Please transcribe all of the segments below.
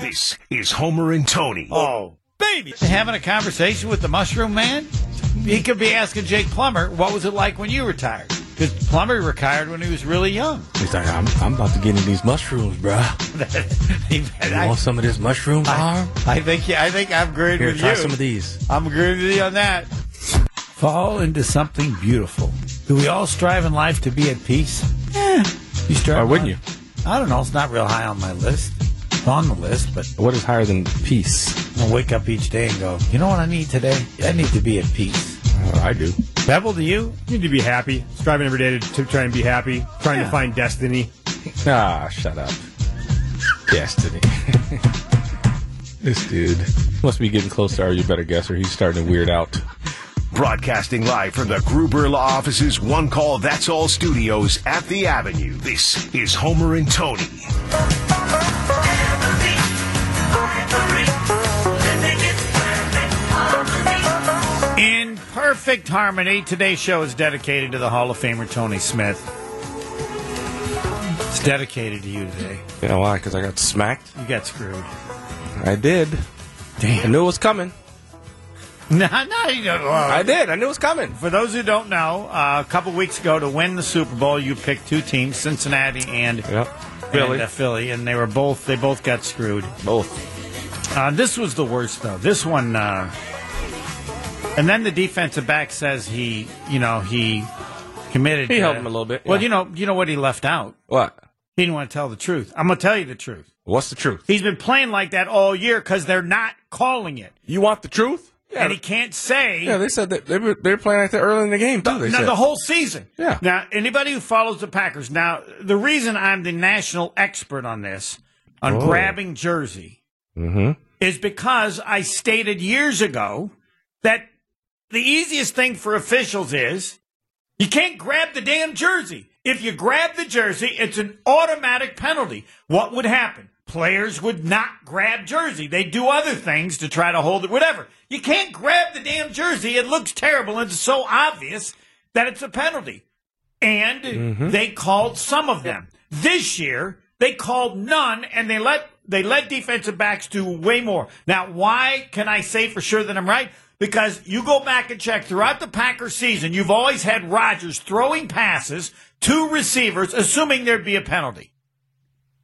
This is Homer and Tony. Oh, baby. Having a conversation with the Mushroom Man? He could be asking Jake Plummer, what was it like when you retired? Because Plummer retired when he was really young. He's like, I'm, I'm about to get into these mushrooms, bruh. He- You I, want some of this mushroom, arm? I think I think I'm agreeing Here, with try you. some of these. I'm agreeing with you on that. Fall into something beautiful. Do we all strive in life to be at peace? Eh, you strive. Why wouldn't you? I don't know. It's not real high on my list. It's on the list, but What is higher than peace? I wake up each day and go, you know what I need today? I need to be at peace. Oh, I do. Pebble, do you? You need to be happy. Striving every day to, to try and be happy. Trying Yeah. to find destiny. Ah, shut up. Destiny. this dude must be getting close to our You Better Guesser. He's starting to weird out. Broadcasting live from the Gruber Law Office's One Call That's All studios at The Avenue. This is Homer and Tony. In perfect harmony, today's show is dedicated to the Hall of Famer Tony Smith. It's dedicated to you today. You know why? Because I got smacked. You got screwed. I did. I Damn. knew it was coming. No, no, you don't. I did. I knew it was coming. For those who don't know, uh, a couple weeks ago to win the Super Bowl, you picked two teams, Cincinnati and Yep. and, uh, Philly, and they were both they both got screwed. Both. Uh, this was the worst though. This one, uh, and then the defensive back says he, you know, he committed. He uh, helped him a little bit, Well, yeah. you know, you know what he left out. What? He didn't want to tell the truth. I'm gonna tell you the truth. What's the truth? He's been playing like that all year because they're not calling it, You want the truth? Yeah. and he can't say. yeah, they said that they were, they were playing like that early in the game, too. They Now, said. the whole season. Yeah. Now, anybody who follows the Packers, now, the reason I'm the national expert on this, on Oh. grabbing Jersey, Mhm. is because I stated years ago that the easiest thing for officials is you can't grab the damn jersey. If you grab the jersey, it's an automatic penalty. What would happen? Players would not grab jersey. They do other things to try to hold it, whatever. You can't grab the damn jersey. It looks terrible. It's so obvious that it's a penalty. And they called some of them. This year, they called none and they let they let defensive backs do way more. Now, why can I say for sure that I'm right? Because you go back and check throughout the Packers season, you've always had Rodgers throwing passes to receivers, assuming there'd be a penalty.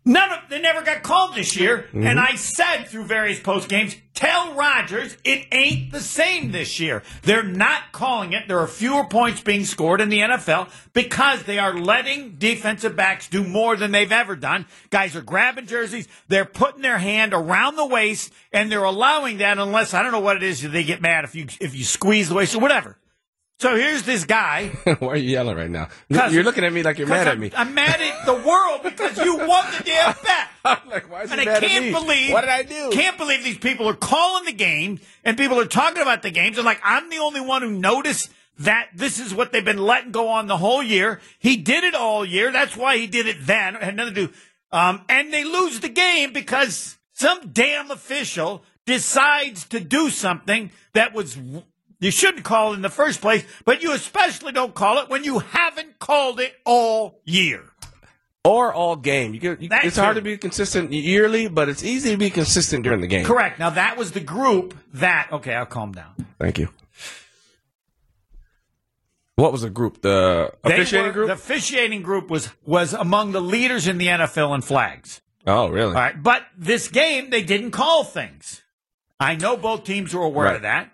None of they never got called this year, Mm-hmm. and I said through various post games, tell Rodgers it ain't the same this year. They're not calling it. There are fewer points being scored in the NFL because they are letting defensive backs do more than they've ever done. Guys are grabbing jerseys, they're putting their hand around the waist, and they're allowing that unless I don't know what it is they get mad if you if you squeeze the waist or whatever. So here's this guy Why are you yelling right now? 'Cause- You're looking at me like you're 'Cause mad I'm, at me. I'm mad at the world because you won the damn bet. like, why is he And I mad at can't me? believe What did I do? Can't believe these people are calling the game and people are talking about the games and like I'm the only one who noticed that this is what they've been letting go on the whole year. He did it all year. That's why he did it then. It had nothing to do. Um, and they lose the game because some damn official decides to do something that was you shouldn't call in the first place, but you especially don't call it when you haven't called it all year. or all game. You get, you, That it's hard too. to be consistent yearly, but it's easy to be consistent during the game. Correct. Now that was the group that. Okay, I'll calm down. Thank you. What was the group? The They officiating were- group? The officiating group was was among the leaders in the NFL in flags. oh, really? All right, but this game they didn't call things. I know both teams were aware of Right. that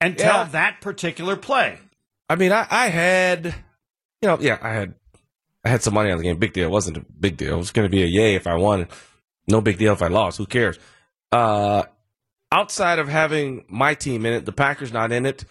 until Yeah. that particular play. I mean, I, I had, you know, yeah, I had, I had some money on the game. Big deal. It wasn't a big deal. It was going to be a yay if I won. No big deal if I lost. Who cares? Uh, outside of having my team in it, the Packers not in it.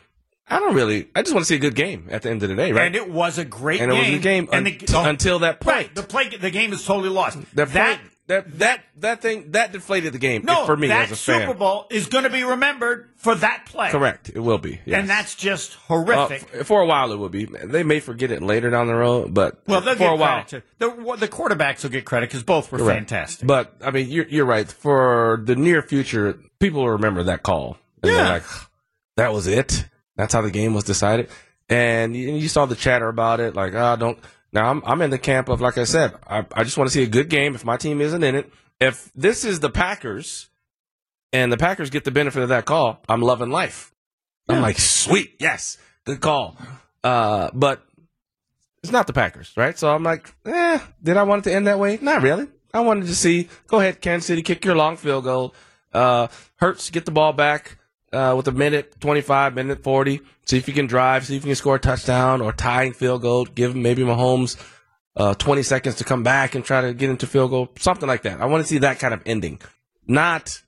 I don't really. I just want to see a good game at the end of the day, right? And it was a great And it game. was a game and oh, un- until that point. Right, the play, the game is totally lost. That that play- that that that thing that deflated the game no, for me that as a Super fan. Bowl is going to be remembered for that play. Correct, it will be, yes. and that's just Uh, horrific. f- for a while. It will be. They may forget it later down the road, but well, they'll for get a while. credit. To, the, the quarterbacks will get credit because both were Correct. fantastic. But I mean, you're you're right. For the near future, people will remember that call. And they're Yeah. like, that was it. That's how the game was decided. And you, you saw the chatter about it, like, ah, don't. Now I'm I'm in the camp of like I said, I I just want to see a good game. If my team isn't in it, if this is the Packers and the Packers get the benefit of that call, I'm loving life. I'm like, sweet, yes, good call. Uh, but it's not the Packers, right? So I'm like, eh, did I want it to end that way? Not really. I wanted to see, go ahead, Kansas City, kick your long field goal. Uh, Hurts, get the ball back uh, with a minute 25, minute 40. See if you can drive, see if you can score a touchdown or tying field goal. Give maybe Mahomes uh, 20 seconds to come back and try to get into field goal, something like that. I want to see that kind of ending, not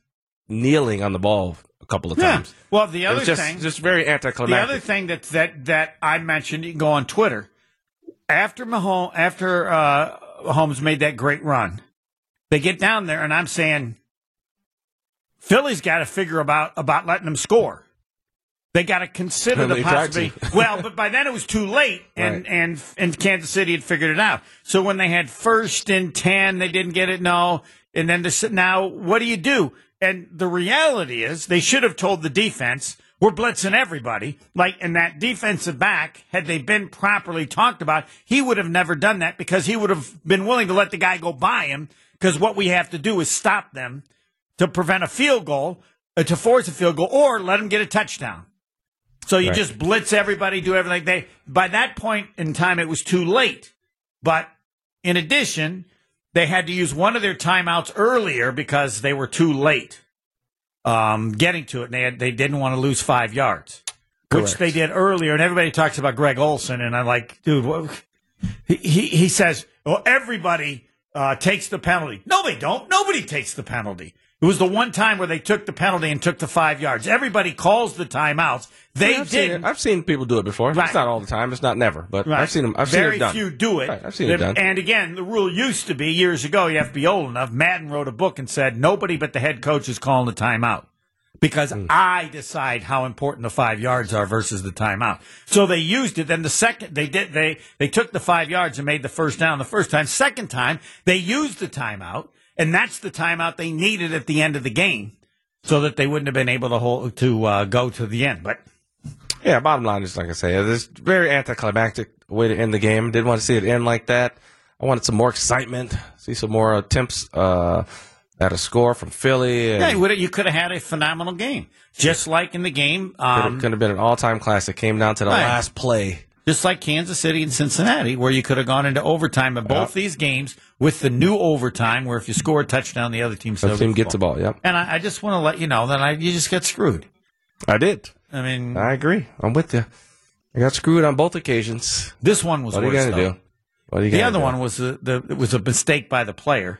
kneeling on the ball a couple of times. Well, the It other was just, thing, just very the anticlimactic. other thing that that that I mentioned, you can go on Twitter. After Mahomes, after uh, Mahomes made that great run, they get down there, and I'm saying, Philly's got to figure about about letting them score. They got to consider And the they tried possibility. to. well, but by then it was too late, and Right. and and Kansas City had figured it out. So when they had first and ten, they didn't get it. No, and then this, now what do you do? And the reality is, they should have told the defense we're blitzing everybody. Like, and that defensive back, had they been properly talked about, he would have never done that because he would have been willing to let the guy go by him. Because what we have to do is stop them to prevent a field goal, uh, to force a field goal, or let them get a touchdown. So you Right. just blitz everybody, do everything. They by that point in time, it was too late. But in addition, they had to use one of their timeouts earlier because they were too late um, getting to it, and they had, they didn't want to lose five yards, which Correct. they did earlier. And everybody talks about Greg Olson, and I'm like, dude, what? He, he he says, well, everybody uh, takes the penalty. No, they don't. Nobody takes the penalty. It was the one time where they took the penalty and took the five yards. Everybody calls the timeouts. They I've seen, didn't. it. I've seen people do it before. Right. It's not all the time. It's not never, but Right. I've seen them. I've Very seen it done. few do it. Right, I've seen it done. And again, the rule used to be years ago. You have to be old enough. Madden wrote a book and said nobody but the head coach is calling the timeout because Hmm. I decide how important the five yards are versus the timeout. So they used it. Then the second they did they they took the five yards and made the first down the first time. Second time they used the timeout, and that's the timeout they needed at the end of the game, so that they wouldn't have been able to hold, to uh, go to the end. But Yeah, bottom line is like I say, it's very anticlimactic way to end the game. Didn't want to see it end like that. I wanted some more excitement, see some more attempts uh, at a score from Philly. And Yeah, you, would you could have had a phenomenal game, just like in the game, could, um, have, could have been an all-time classic. Came down to the Right. last play. just like Kansas City and Cincinnati, where you could have gone into overtime in both these games with the new overtime, where if you score a touchdown, the other team The still team gets the ball. ball. Yep, And I, I just want to let you know that I, you just got screwed. I did. I mean, I agree. I'm with you. I got screwed on both occasions. this one was What are you worse. gonna though. do? What are you The gonna other do? one was the, the it was a mistake by the player.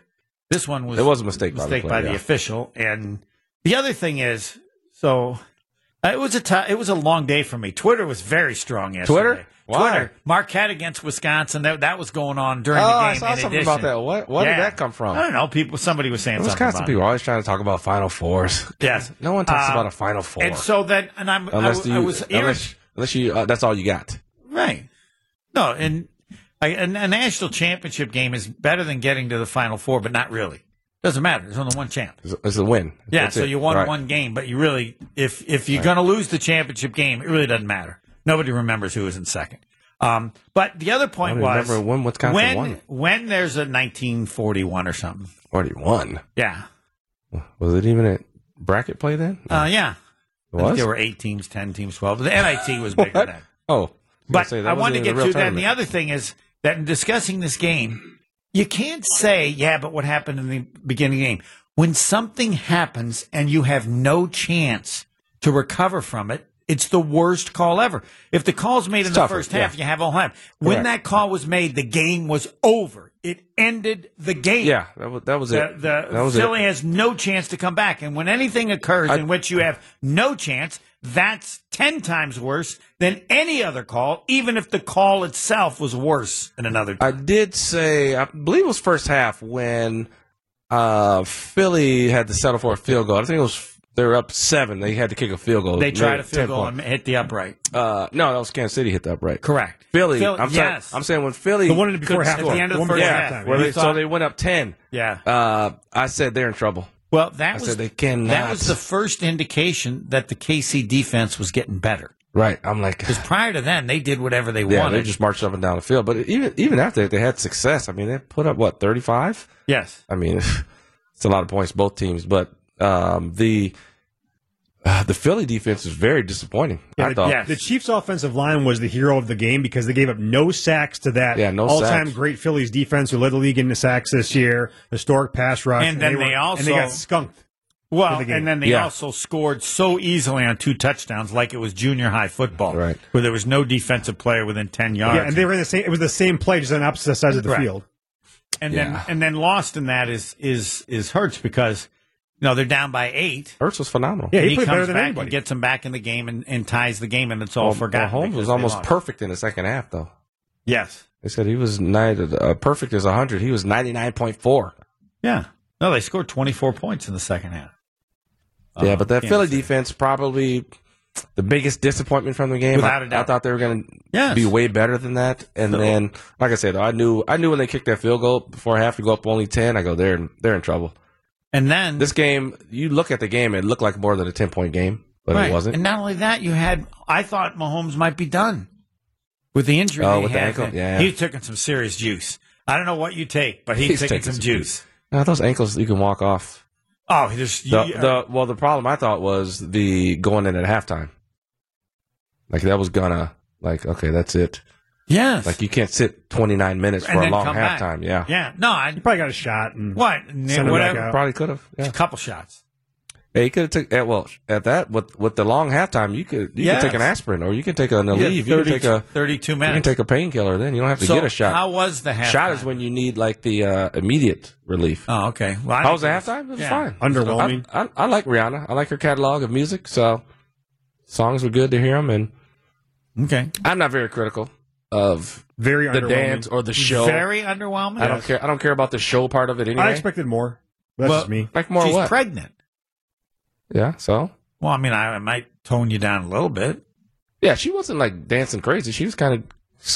This one was It was a mistake by the mistake player, by the yeah. official. And the other thing is, so uh, it was a ti it was a long day for me. Twitter was very strong yesterday. Twitter? Why? Twitter Marquette against Wisconsin that that was going on during Oh, the game. I saw in something addition. about that. What? Where did Yeah. that come from? I don't know. People, somebody was saying something Wisconsin about people are always trying to talk about Final Fours. It. Yes. No one talks Uh, about a Final Four. And so then, and I'm unless I, you, I was unless, unless you, uh, that's all you got. Right. No, and I, a, a national championship game is better than getting to the final four, but not really. Doesn't matter. There's only one champ. It's, it's a win. Yeah, That's so it. you won Right. one game, but you really, if if you're going to lose the championship game, it really doesn't matter. Nobody remembers who was in second. Um, but the other point Nobody was remember when Wisconsin when won. when there's a 1941 or something. Already won. Yeah, Was it even a bracket play then? uh, yeah. It I think was? there were eight teams, ten teams, twelve. The NIT was bigger What? than that. Oh, I was gonna But say, I wasn't wanted to even get a real to that. And the tournament. other thing is that in discussing this game, you can't say, yeah, but what happened in the beginning of the game? When something happens and you have no chance to recover from it, it's the worst call ever. If the call's made in tougher, the first half, yeah. you have all half. When Correct. that call was made, the game was over. It ended the game. Yeah, that was, that was The, it. the that was it. Philly has no chance to come back. And when anything occurs I- in which you have no chance, that's 10 times worse than any other call, even if the call itself was worse than another I time. did say, I believe it was first half when uh, Philly had to settle for a field goal. I think it was they were up seven. They had to kick a field goal. they Made tried it a field 10 goal point. and hit the upright. Uh, no, that was Kansas City hit the upright. Correct. Philly. Phil- I'm yes. saying. I'm saying when Philly. The one before couldn't half. at score. the end of the One before first yeah, half. where You they- so thought- they went up ten. yeah. Uh, I said they're in trouble. well, that was said they cannot. that was the first indication that the KC defense was getting better. Right. I'm like, Because prior to then, they did whatever they yeah, they wanted. just marched up and down the field. But even even after that, they had success. I mean, they put up what 35. yes. I mean, It's a lot of points, both teams. But um, the uh, the Philly defense is very disappointing. I the, thought. the Chiefs' offensive line was the hero of the game because they gave up no sacks to that Yeah, no all-time sacks. great Phillies defense who led the league in the sacks this year, historic pass rush, And then they and they got also- skunked. Well, for the game. and then they Yeah. also scored so easily on two touchdowns, like it was junior high football, Right. Where there was no defensive player within ten yards, Yeah, and they were in the same. It was the same play, just on opposite sides of the Correct. field. And then Yeah. and then lost in that is is is Hurts because you know they're down by eight. Hurts was phenomenal. Yeah, he, comes played better than back anybody. and gets them back in the game and, and ties the game, and it's all Well, forgotten. Mahomes because was they almost lost. perfect in the second half, though. Yes. They said he was nine, uh, perfect as 100. He was 99.4. Yeah. No, they scored twenty four points in the second half. yeah, Uh, but that Kansas Philly City. defense probably the biggest disappointment from the game. Without I- a doubt. I thought they were going to Yes. be way better than that. And No. then, like I said, I knew I knew when they kicked that field goal before half to go up only ten. I go, they're in, they're in trouble. And then This game, you look at the game, it looked like more than a ten point game, but right. it wasn't. And not only that, you had I thought Mahomes might be done with the injury. Oh, that he with the had. ankle? Yeah. He's taking some serious juice. I don't know what you take, but he's, He's taking, taking some some juice. Now, Uh, those ankles you can walk off. Oh, there's The, you- the well, the problem I thought was the going in at halftime. Like that was gonna like okay, that's it. yes. Like you can't sit twenty nine minutes for And a then long come back. halftime. Yeah, yeah. No, I, He probably got a shot. And What? Send him whatever. back out. probably could have. Yeah. A couple shots. Yeah, you could have took at well at that with with the long halftime. You could you Yes. could take an aspirin or you can take an Aleve. You can 30, take a 32 you can minutes. take a painkiller. Then you don't have to so get a shot. How was the half? shot is when you need like the uh, immediate relief. Oh, okay. Well, I how was the think halftime? It was yeah. fine. Underwhelming. I, I, I like Rihanna. I like her catalog of music. So songs were good to hear them, and Okay. I'm not very critical of Very the underwhelming. dance or the show. Very underwhelming. I don't care. I don't care about the show part of it anyway. I expected more. But that's Well- just me. like more She's what? pregnant. yeah. So Well, I mean, I, I might tone you down a little bit. yeah, she wasn't like dancing crazy. She was kind of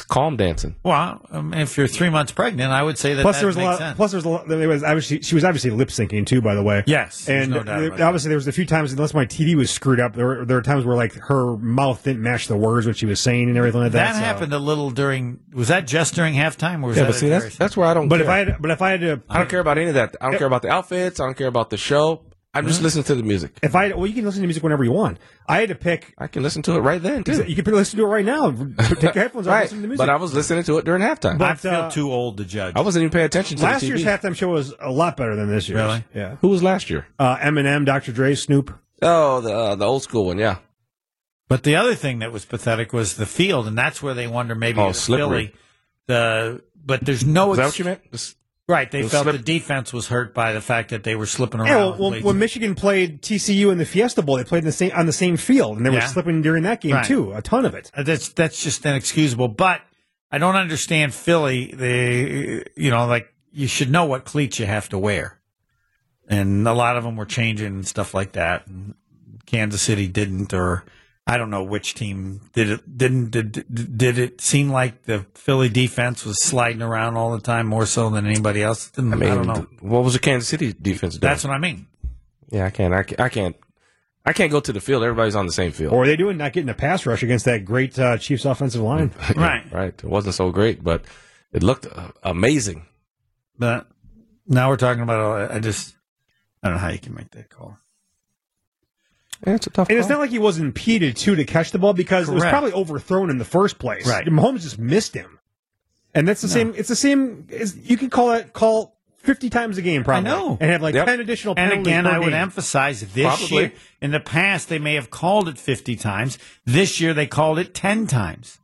calm dancing. Well, I mean, if you're three months pregnant, I would say that Plus that there was a makes lot. sense. Plus there was a lot. There was obviously she was obviously lip syncing too. By the way. yes. there's And no doubt there- about that. obviously, there was a few times, unless my TD was screwed up, there were, there were times where like her mouth didn't match the words what she was saying and everything like that. that so- happened a little during. Was that just during halftime? Or was Yeah, that but a see, that's very- that's where I don't. But care. if I had, but if I had to, I don't care about any of that. I don't care about the outfits. I don't care about the show. I'm just listening to the music. if I had, well, you can listen to music whenever you want. I had to pick. I can listen to it right then too. You can pick, listen to it right now. Take your headphones off, right, listen to the music. but I was listening to it during halftime. I but, feel uh, too old to judge. I wasn't even paying attention to Last the TV. year's halftime show was a lot better than this year's. Really? Yeah. Who was last year? Uh, Eminem, Dr. Dre, Snoop. Oh, the uh, the old school one. Yeah, But the other thing that was pathetic was the field, and that's where they wonder maybe Oh, it was slippery. Philly. The but there's no is that ex- what you meant? This- right. They was felt slip- the defense was hurt by the fact that they were slipping around. Yeah, well, well, late. when Michigan played TCU in the Fiesta Bowl, they played in the same on the same field, and they were Yeah. slipping during that game Right. too. A ton of it. Uh, that's that's just inexcusable. But I don't understand Philly. They you know like you should know what cleats you have to wear, and a lot of them were changing and stuff like that. And Kansas City didn't, or I don't know which team did it. Didn't did, did it seem like the Philly defense was sliding around all the time more so than anybody else? I, I mean, I don't know. what was the Kansas City defense doing? That's what I mean. yeah, I can't. I can't. I can't. I can't go to the field. Everybody's on the same field. Or are they doing not getting a pass rush against that great uh, Chiefs offensive line? Right. right. It wasn't so great, but it looked uh, amazing. But now we're talking about. uh, I just I don't know how you can make that call. Yeah, it's a tough. And it's call. not like he was impeded too to catch the ball because it was Correct. probably overthrown in the first place. Right. Mahomes just missed him, and that's the same. It's the same. It's, you can call that call fifty times a game, probably. know. and have like Yep. ten additional. And penalties again, per I would game. emphasize this Probably. year. In the past, they may have called it 50 times. This year, they called it 10 times.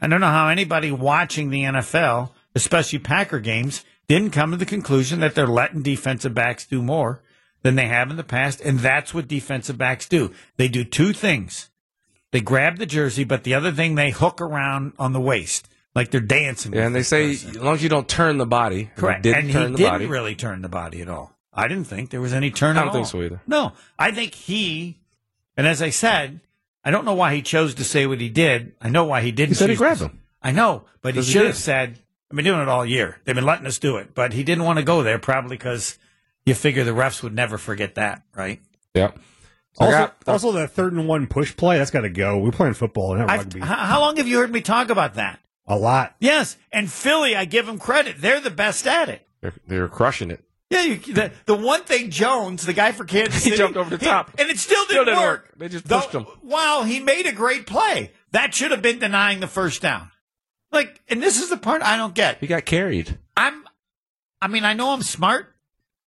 I don't know how anybody watching the NFL, especially Packer games, didn't come to the conclusion that they're letting defensive backs do more than they have in the past. And that's what defensive backs do. They do two things they grab the jersey, but the other thing, they hook around on the waist. Like they're dancing. Yeah, with and they this say person. as long as you don't turn the body, and he Correct. Didn't and turn he the didn't body. really turn the body at all. I didn't think there was any turn I at don't think all. so either. No. I think he, and as I said, I don't know why he chose to say what he did. I know why he didn't. He said he choose grabbed to- him. I know, but he Because he should have did. said, I've been doing it all year. They've been letting us do it. But he didn't want to go there probably because you figure the refs would never forget that, right? Yeah. So I Also, got- also the third and one push play that's got to go. We're playing football, not I've- rugby. h- how long have you heard me talk about that? a lot. Yes. And Philly, I give them credit. They're the best at it. they're, they're crushing it. Yeah, you, the, the one thing Jones, the guy for Kansas He City, jumped over the top. and it still didn't, Still didn't work. work. They just Though- pushed him. Wow, he made a great play. That should have been denying the first down. Like, and this is the part I don't get. He got carried. I'm, I mean, I know I'm smart,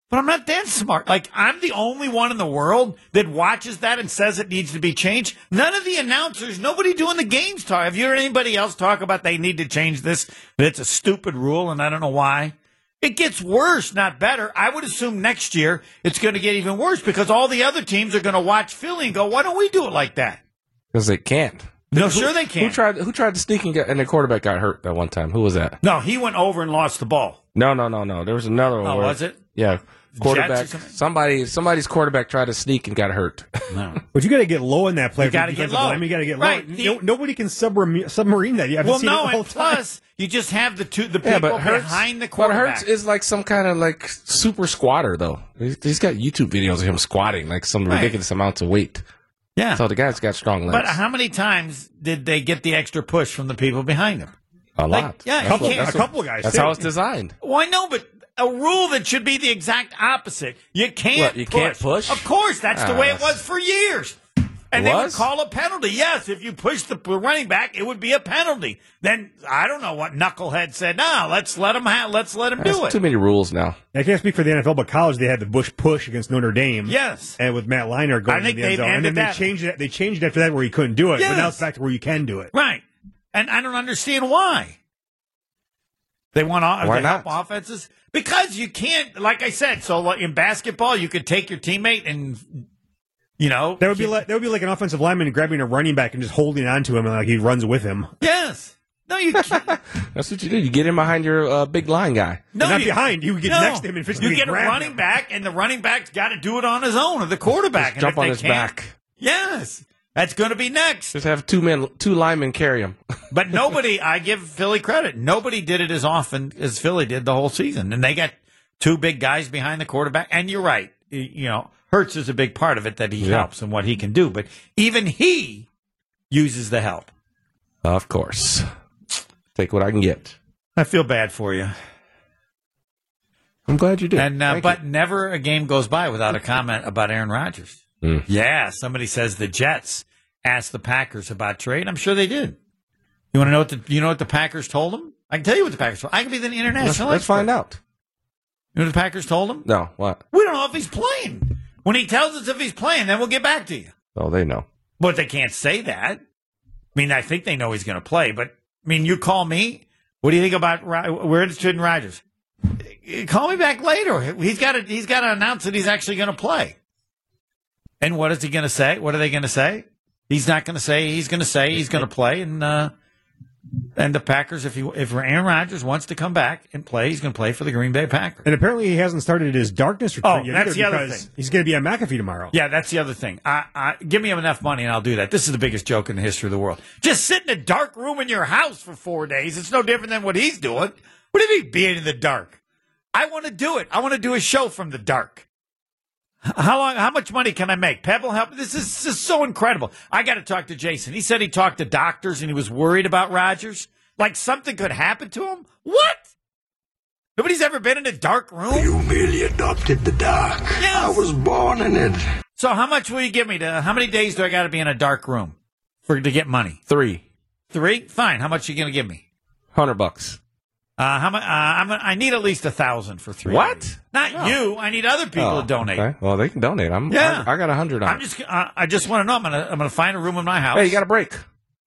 but I'm not that smart. Like, I'm the only one in the world that watches that and says it needs to be changed. None of the announcers, nobody doing the games talk. Have you heard anybody else talk about they need to change this? That's a stupid rule, and I don't know why. It gets worse, not better. I would assume next year it's going to get even worse because all the other teams are going to watch Philly and go, why don't we do it like that? Because they can't. No, sure they Who can't. tried? Who tried to sneak and, got, and the quarterback got hurt that one time? Who was that? no, he went over and lost the ball. No, no, no, no. There was another one. Oh, where- was it? Yeah, quarterback. something? Somebody, somebody's quarterback tried to sneak and got hurt. No. But you got to get low in that play. You gotta for get defensive low. lineman. You got to get Right. low. The- No- nobody can submarine, submarine that. You haven't Well, seen no, it the whole and time. plus you just have the two the people yeah, but Hurts behind the But quarterback. Hurts is like some kind of like super squatter though. He's- he's got YouTube videos of him squatting like some Right. ridiculous amounts of weight. yeah, So the guy's got strong legs. but how many times did they get the extra push from the people behind them? a lot. yeah, That's he what- can't- that's a what- couple guys, That's too. how it's designed. Well, I know, but a rule that should be the exact opposite. You can't. What, you push. can't push? Of course, that's the Ah, way it that's- was for years. And they would Was? call a penalty. Yes, if you push the p- running back, it would be a penalty. Then I don't know what knucklehead said. No, let's let him. Ha- let's let him do That's it. too many rules now. I can't speak for the NFL, but college they had the Bush push against Notre Dame. Yes. and with Matt Leinart going I think to the end they've zone, and then ended they that. changed it. They changed it after that where you couldn't do it, but now Yes. it's back to where you can do it. Right. And I don't understand why. They want off, Why they help not? offenses because you can't. Like I said, so like in basketball, you could take your teammate and you know That would be like that would be like an offensive lineman grabbing a running back and just holding on to him, and like he runs with him. yes. No, you can't. That's what you do. You get in behind your uh, big line guy. no not you- behind. You get no. next to him and physically You get a grab running him. back, and the running back's got to do it on his own, or the quarterback. Just and jump if on they his can't- back. Yes, that's going to be next. Just have two men, two linemen carry him. But nobody, I give Philly credit. Nobody did it as often as Philly did the whole season, and they got two big guys behind the quarterback. And you're right, y- you know, Hertz is a big part of it that he Yeah. helps and what he can do. But even he uses the help. Of course. Take what I can get. I feel bad for you, I'm glad you did. and uh, Thank but never a game goes by without a comment about Aaron Rodgers. Mm. Yeah, somebody says the Jets asked the Packers about trade. I'm sure they did. You want to know what the you know what the Packers told them? I can tell you what the Packers told. I can be the you. let's, international. let's expert. find out. You know what the Packers told him? No, what? We don't know if he's playing. When he tells us if he's playing, then we'll get back to you. Oh, they know. But they can't say that. I mean, I think they know he's going to play. But I mean, you call me. What do you think about? Ro- We're interested in Rodgers. Eh, Call me back later. He's got to. He's got to announce that he's actually going to play. And what is he going to say? What are they going to say? He's not going to say. He's going to say he's going to play. And uh, and the Packers, if he if Aaron Rodgers wants to come back and play, he's going to play for the Green Bay Packers. And apparently, he hasn't started his darkness retreat Oh, yet. that's either the other because thing. He's going to be on McAfee tomorrow. Yeah, that's the other thing. I, I give me enough money and I'll do that. This is the biggest joke in the history of the world. Just sit in a dark room in your house for four days. It's no different than what he's doing. What do you mean being in the dark? I want to do it. I want to do a show from the dark. H- How long? How much money can I make? Pebble help. This is, this is so incredible. I got to talk to Jason. He said he talked to doctors and he was worried about Rogers. Like something could happen to him. What? Nobody's ever been in a dark room. You merely adopted the dark. I was born in it. So how much will you give me to how many days do I gotta be in a dark room for to get money? Three. Three? Fine. How much you gonna give me? Hundred bucks. Uh, how much? Uh, I'm gonna, I need at least a thousand for three. What? days. Not No. you. I need other people Oh, to donate. okay. Well, they can donate. I'm, Yeah. I, I got a hundred on I'm it. just. Uh, I just want to know. I'm gonna. I'm gonna find a room in my house. Hey, you got a break.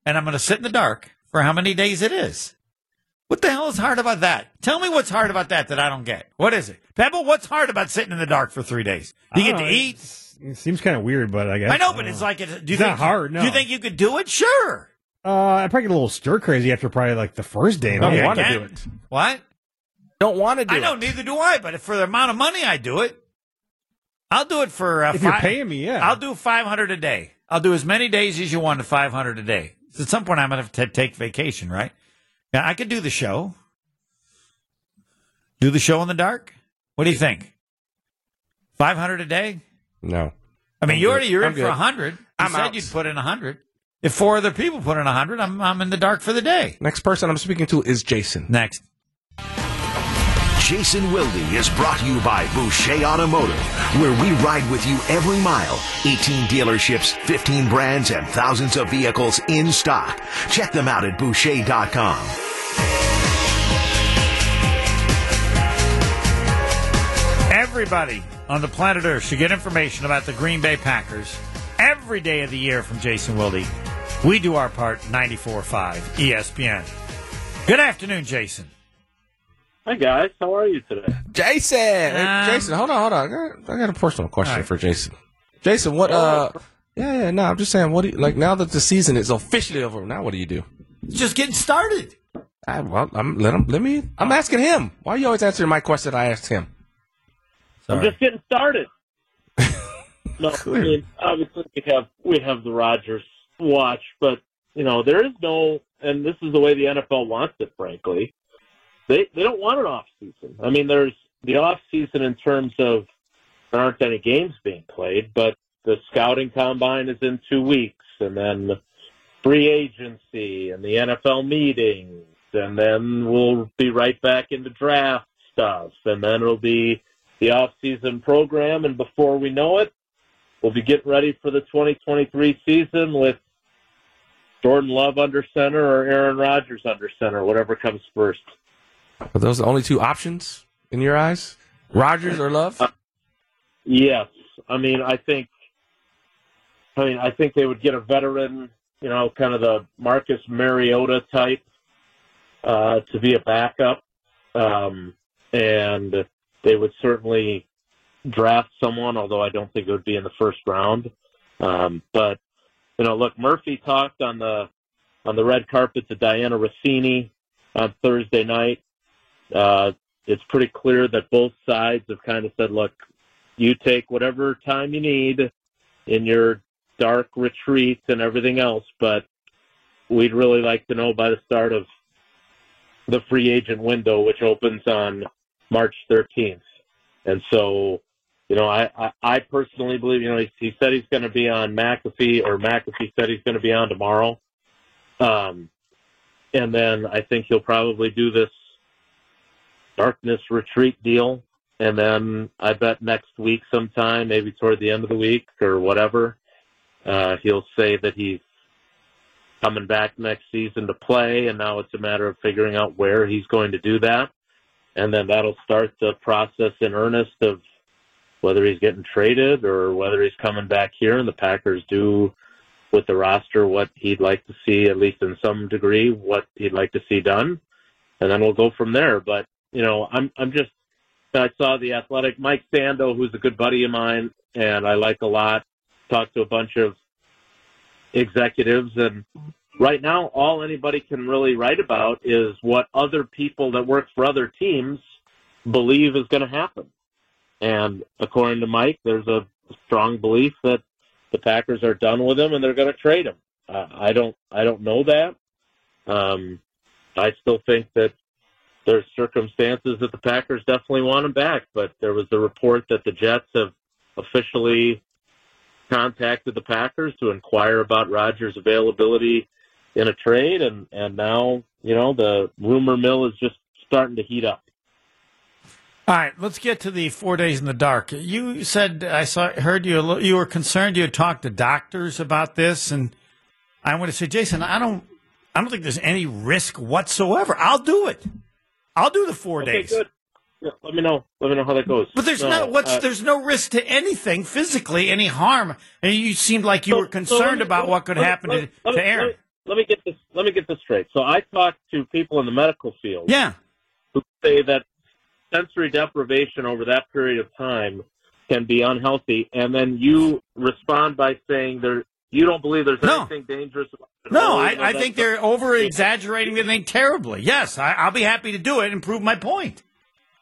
and I'm gonna sit in the dark for how many days it is. What the hell is hard about that? Tell me what's hard about that that I don't get. What is it, Pebble? What's hard about sitting in the dark for three days? You get to I don't know, eat. Oh, it's- It seems kind of weird, but I guess I know, don't but it's like. It, do you It's think not hard, no. Do you think you could do it? Sure. uh, I probably get a little stir crazy after probably like the first Oh, day. don't maybe. wanna can. do it. What? Don't want to do I know, it. neither do I. But if for the amount of money I do it, I'll do it for. Uh, if you're fi- paying me, yeah, I'll do five hundred a day. I'll do as many days as you want to five hundred a day. So at some point, I'm gonna have to take vacation, right? Now I could do the show. Do the show in the dark. What do you think? Five hundred a day. No. I mean, you already you're I'm in for good. a hundred. You I'm said out. you'd put in a hundred. If four other people put in a hundred, I'm I'm in the dark for the day. Next person I'm speaking to is Jason. Next. Jason Wilde is brought to you by Boucher Automotive, where we ride with you every mile. 18 dealerships, 15 brands, and thousands of vehicles in stock. Check them out at Boucher.com. Everybody on the planet Earth should get information about the Green Bay Packers every day of the year from Jason Wilde. We do our part, 94.5 ESPN. Good afternoon, Jason. Hi guys, how are you today? Jason, Hey, Um, Jason, hold on, hold on. I got, I got a personal question All right. for Jason. Jason, what? uh Yeah, yeah. No, I'm just saying. What do you like now that the season is officially over? Now, what do you do? Just getting started. I, well, I'm let him. Let me. I'm asking him. Why are you always answering my question? I asked him. I'm just getting started. no, I Clear. mean, obviously we have we have the Rogers watch, but you know there is no, and this is the way the NFL wants it. Frankly, they they don't want an off season. I mean, there's the off season in terms of there aren't any games being played, but the scouting combine is in two weeks, and then free agency and the NFL meetings, and then we'll be right back into draft stuff, and then it'll be the off-season program, and before we know it, we'll be getting ready for the 2023 season with Jordan Love under center or Aaron Rodgers under center, whatever comes first. Are those the only two options in your eyes? Rogers or Love? Uh, Yes, I mean I think, I mean I think they would get a veteran, you know, kind of the Marcus Mariota type uh, to be a backup, um, and they would certainly draft someone. Although I don't think it would be in the first round, um, but you know, look, Murphy talked on the on the red carpet to Diana Rossini on Thursday night. Uh, it's pretty clear that both sides have kind of said, look, you take whatever time you need in your dark retreat and everything else, but we'd really like to know by the start of the free agent window, which opens on March 13th. And so, you know, I, I, I personally believe, you know, he, he said he's going to be on McAfee, or McAfee said he's going to be on tomorrow. Um, and then I think he'll probably do this darkness retreat deal and then I bet next week sometime, maybe toward the end of the week or whatever, uh, he'll say that he's coming back next season to play, and now it's a matter of figuring out where he's going to do that, and then that'll start the process in earnest of whether he's getting traded or whether he's coming back here, and the Packers do with the roster what he'd like to see, at least in some degree, what he'd like to see done, and then we'll go from there. But you know, I'm I'm just and I saw the athletic Mike Sando, who's a good buddy of mine and I like a lot. Talked to a bunch of executives, and right now, all anybody can really write about is what other people that work for other teams believe is going to happen. And according to Mike, there's a strong belief that the Packers are done with him and they're going to trade him. Uh, I don't, I don't know that. Um, I still think that there's circumstances that the Packers definitely want him back, but there was the report that the Jets have officially contacted the Packers to inquire about Rodgers' availability in a trade, and and now you know the rumor mill is just starting to heat up. All right, let's get to the four days in the dark. You said I saw, heard you. a little- You were concerned. You had talked to doctors about this, and I want to say, Jason, I don't, I don't think there's any risk whatsoever. I'll do it. I'll do the four Okay, days. good. Yeah, let me know. Let me know how that goes. But there's no, what's uh, there's no risk to anything physically, any harm. And you seemed like you So- were so concerned let me- about what could let me- happen let me- to, let me- to Aaron. Let me, let me get this. Let me get this straight. So I talked to people in the medical field. yeah, who say that sensory deprivation over that period of time can be unhealthy, and then you respond by saying there you don't believe there's No. anything dangerous. About it. no, Oh, you know, I, I that's- think they're over exaggerating the thing terribly. Yes, I, I'll be happy to do it and prove my point.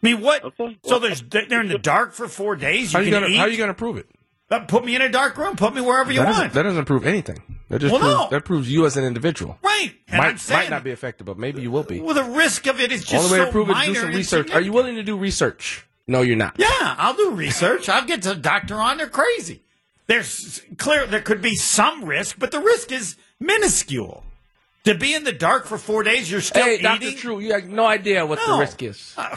I mean, what? Okay. So there's they're in the dark for four days. You How are you can gonna eat. How are you gonna prove it? Uh, put me in a dark room. Put me wherever you that, want. doesn't, that doesn't prove anything. That just Well, proves, no. that proves you as an individual. right. And I'm might, saying, might not be affected, but maybe you will be. well, the risk of it is just Only way so to prove it minor. is do some and research. Are you insignificant. willing to do research? No, you're not. Yeah, I'll do research. I'll get to the doctor on. They're crazy. There's clear there could be some risk, but the risk is minuscule. To be in the dark for four days, you're still Hey, eating. Doctor True, you have no idea what No. the risk is. Uh,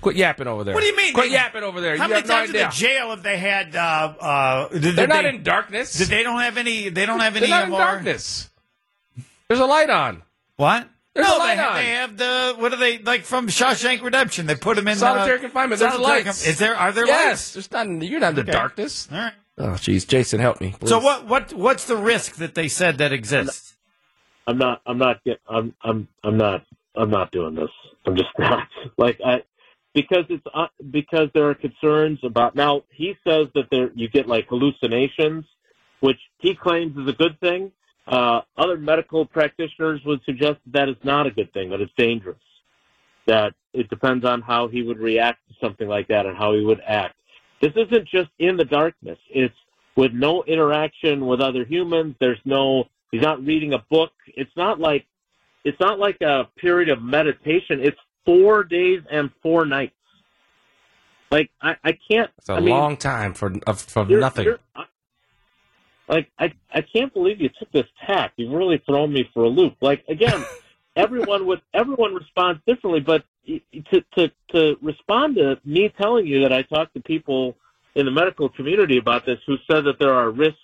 Quit yapping over there. What do you mean? Quit They- yapping over there. How you many have no times in idea. the jail have they had? Uh, uh, did, They're did not they, in darkness. Did they don't have any? They don't have They're any. E not in MR? darkness. There's a light on. What? There's no, a light they, on. they have the what are they like from Shawshank Redemption? They put them in Solitary uh, confinement. There's solitary lights. conf- is there? Are there yes. There's not. in- You're not in the darkness. lights? All right. Oh, jeez, Jason, help me. please. So what? What? What's the risk that they said that exists? I'm not. I'm not. Get, I'm. I'm. I'm not. I'm not doing this. I'm just not. Like I, because it's uh, because there are concerns about. Now he says that there you get like hallucinations, which he claims is a good thing. Uh, other medical practitioners would suggest that is not a good thing. That it's dangerous. That it depends on how he would react to something like that and how he would act. This isn't just in the darkness. It's with no interaction with other humans. There's no he's not reading a book. It's not like it's not like a period of meditation. It's four days and four nights. Like I, I can't. It's a I mean, long time for of, for you're- nothing. you're- I- like I, I can't believe you took this tack. You've really thrown me for a loop. Like again, everyone would everyone responds differently, but y- to to to respond to me telling you that I talked to people in the medical community about this who said that there are risks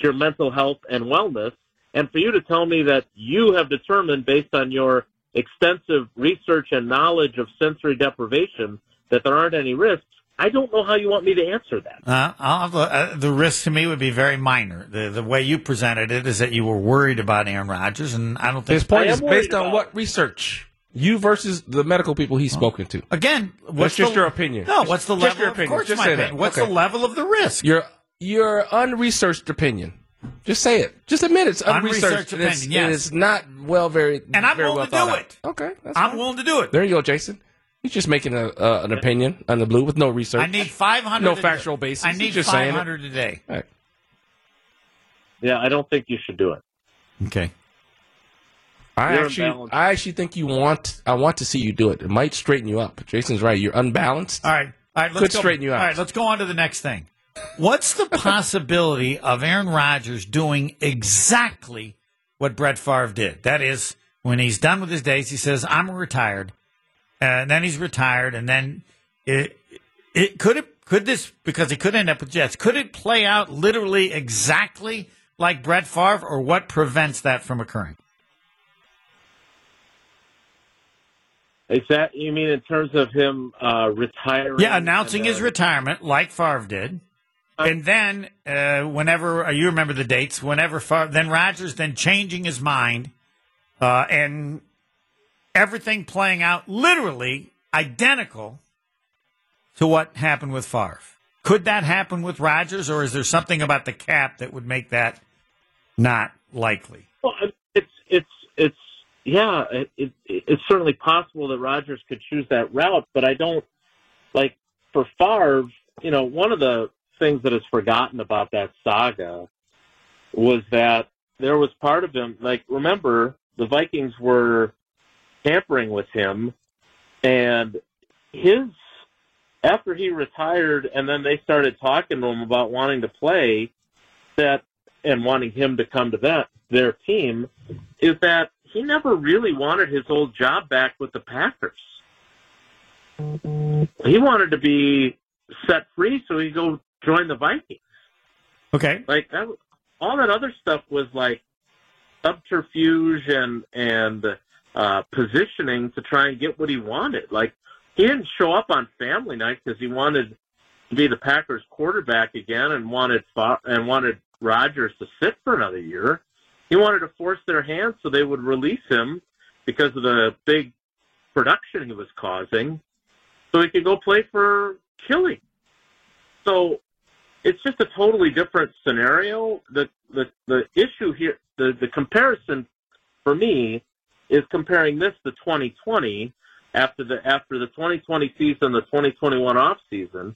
to your mental health and wellness, and for you to tell me that you have determined based on your extensive research and knowledge of sensory deprivation that there aren't any risks. I don't know how you want me to answer that. Uh, I'll have, uh, the risk to me would be very minor. The the way you presented it is that you were worried about Aaron Rodgers, and I don't think His point I am is based worried on about- what research? You versus the medical people he's spoken to. again. What's What's just the, your opinion? No, Just- what's the just level? your Of opinion. course, Just my say that. opinion. What's Okay. the level of the risk? Your your unresearched opinion. Just say it. Just admit it's unresearched. Unresearched and it's- opinion, yes. and it's not well very. And I'm very willing well to thought do out. it. Okay, that's I'm fine. willing to do it. There you go, Jason. He's just making a uh, an opinion on the blue with no research. I need 500. No a day. factual basis. I He's need just saying it. 500 a day. All right. Yeah, I don't think you should do it. Okay. I You're actually, unbalanced. I actually think you want. I want to see you do it. It might straighten you up. Jason's right. You're unbalanced. All right. All right. Let's Could go. straighten you out. All right. Let's go on to the next thing. What's the possibility of Aaron Rodgers doing exactly what Brett Favre did? That is, when he's done with his days, he says, "I'm retired," and then he's retired, and then it, it could it could this because he could end up with Jets. Could it play out literally exactly like Brett Favre, or what prevents that from occurring? Is that you mean in terms of him uh, retiring? Yeah, announcing and, uh, his retirement like Favre did. And then, uh, whenever uh, you remember the dates, whenever Favre, then Rogers then changing his mind, uh, and everything playing out literally identical to what happened with Favre. Could that happen with Rogers, or is there something about the cap that would make that not likely? Well, it's it's it's yeah, it, it, it's certainly possible that Rogers could choose that route, but I don't like for Favre. You know, one of the things that is forgotten about that saga was that there was part of him. Like, remember the Vikings were tampering with him, and his after he retired, and then they started talking to him about wanting to play. That and wanting him to come to that their team is that he never really wanted his old job back with the Packers. He wanted to be set free so he go join the Vikings. Okay. Like that, was- all that other stuff was like subterfuge and and uh, positioning to try and get what he wanted. Like he didn't show up on family night because he wanted to be the Packers quarterback again and wanted Fa- and wanted Rodgers to sit for another year. He wanted to force their hands so they would release him because of the big production he was causing, so he could go play for Chile. So it's just a totally different scenario. The the the issue here, the the comparison for me is comparing this to 2020 after the after the 2020 season, the 2021 off season,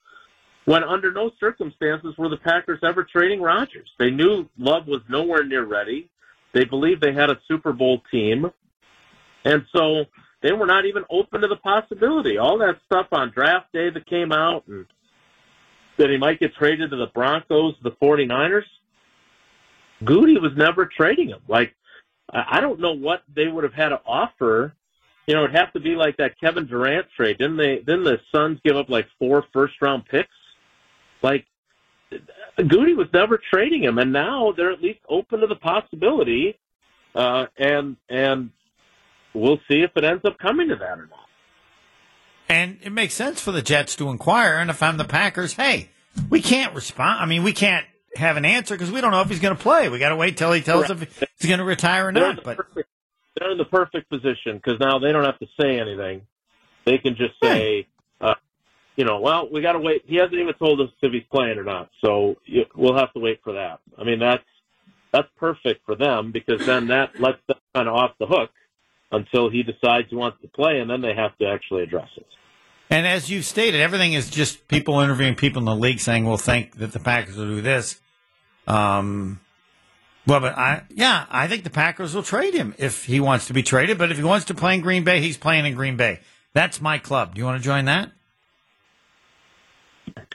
when under no circumstances were the Packers ever trading Rodgers. They knew Love was nowhere near ready. They believed they had a Super Bowl team, and so they were not even open to the possibility. All that stuff on draft day that came out and that he might get traded to the Broncos, the 49ers. Goody was never trading him. Like, I I don't know what they would have had to offer you know, it'd have to be like that Kevin Durant trade. Didn't they? Didn't the Suns give up like four first round picks? Like, Goody was never trading him, and now they're at least open to the possibility. Uh, and and we'll see if it ends up coming to that or not. And it makes sense for the Jets to inquire. And if I'm the Packers, hey, we can't respond. I mean, we can't have an answer because we don't know if he's going to play. We got to wait till he tells us if he's going to retire or They're in not. But the perfect, they're in the perfect position because now they don't have to say anything. They can just say, uh, you know, well, we got to wait. He hasn't even told us if he's playing or not, so you, we'll have to wait for that. I mean, that's that's perfect for them because then that lets them kind of off the hook until he decides he wants to play, and then they have to actually address it. and as you've stated, everything is just people interviewing people in the league saying, "We'll think that the Packers will do this." Um, well, but I yeah, I think the Packers will trade him if he wants to be traded. But if he wants to play in Green Bay, he's playing in Green Bay. That's my club. Do you want to join that?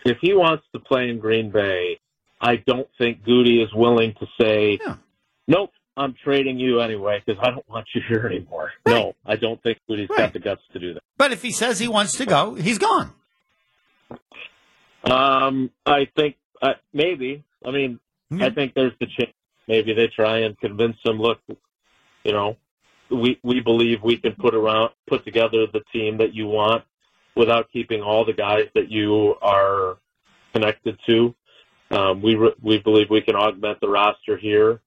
if he wants to play in Green Bay, I don't think Goody is willing to say, Yeah. "Nope, I'm trading you anyway because I don't want you here anymore." No, I don't think Goody's Right. got the guts to do that. But if he says he wants to go, he's gone. Um, I think uh, maybe. I mean, I think there's the chance. Maybe they try and convince him. Look, you know, we we believe we can put around put together the team that you want without keeping all the guys that you are connected to. Um, we re- we believe we can augment the roster here.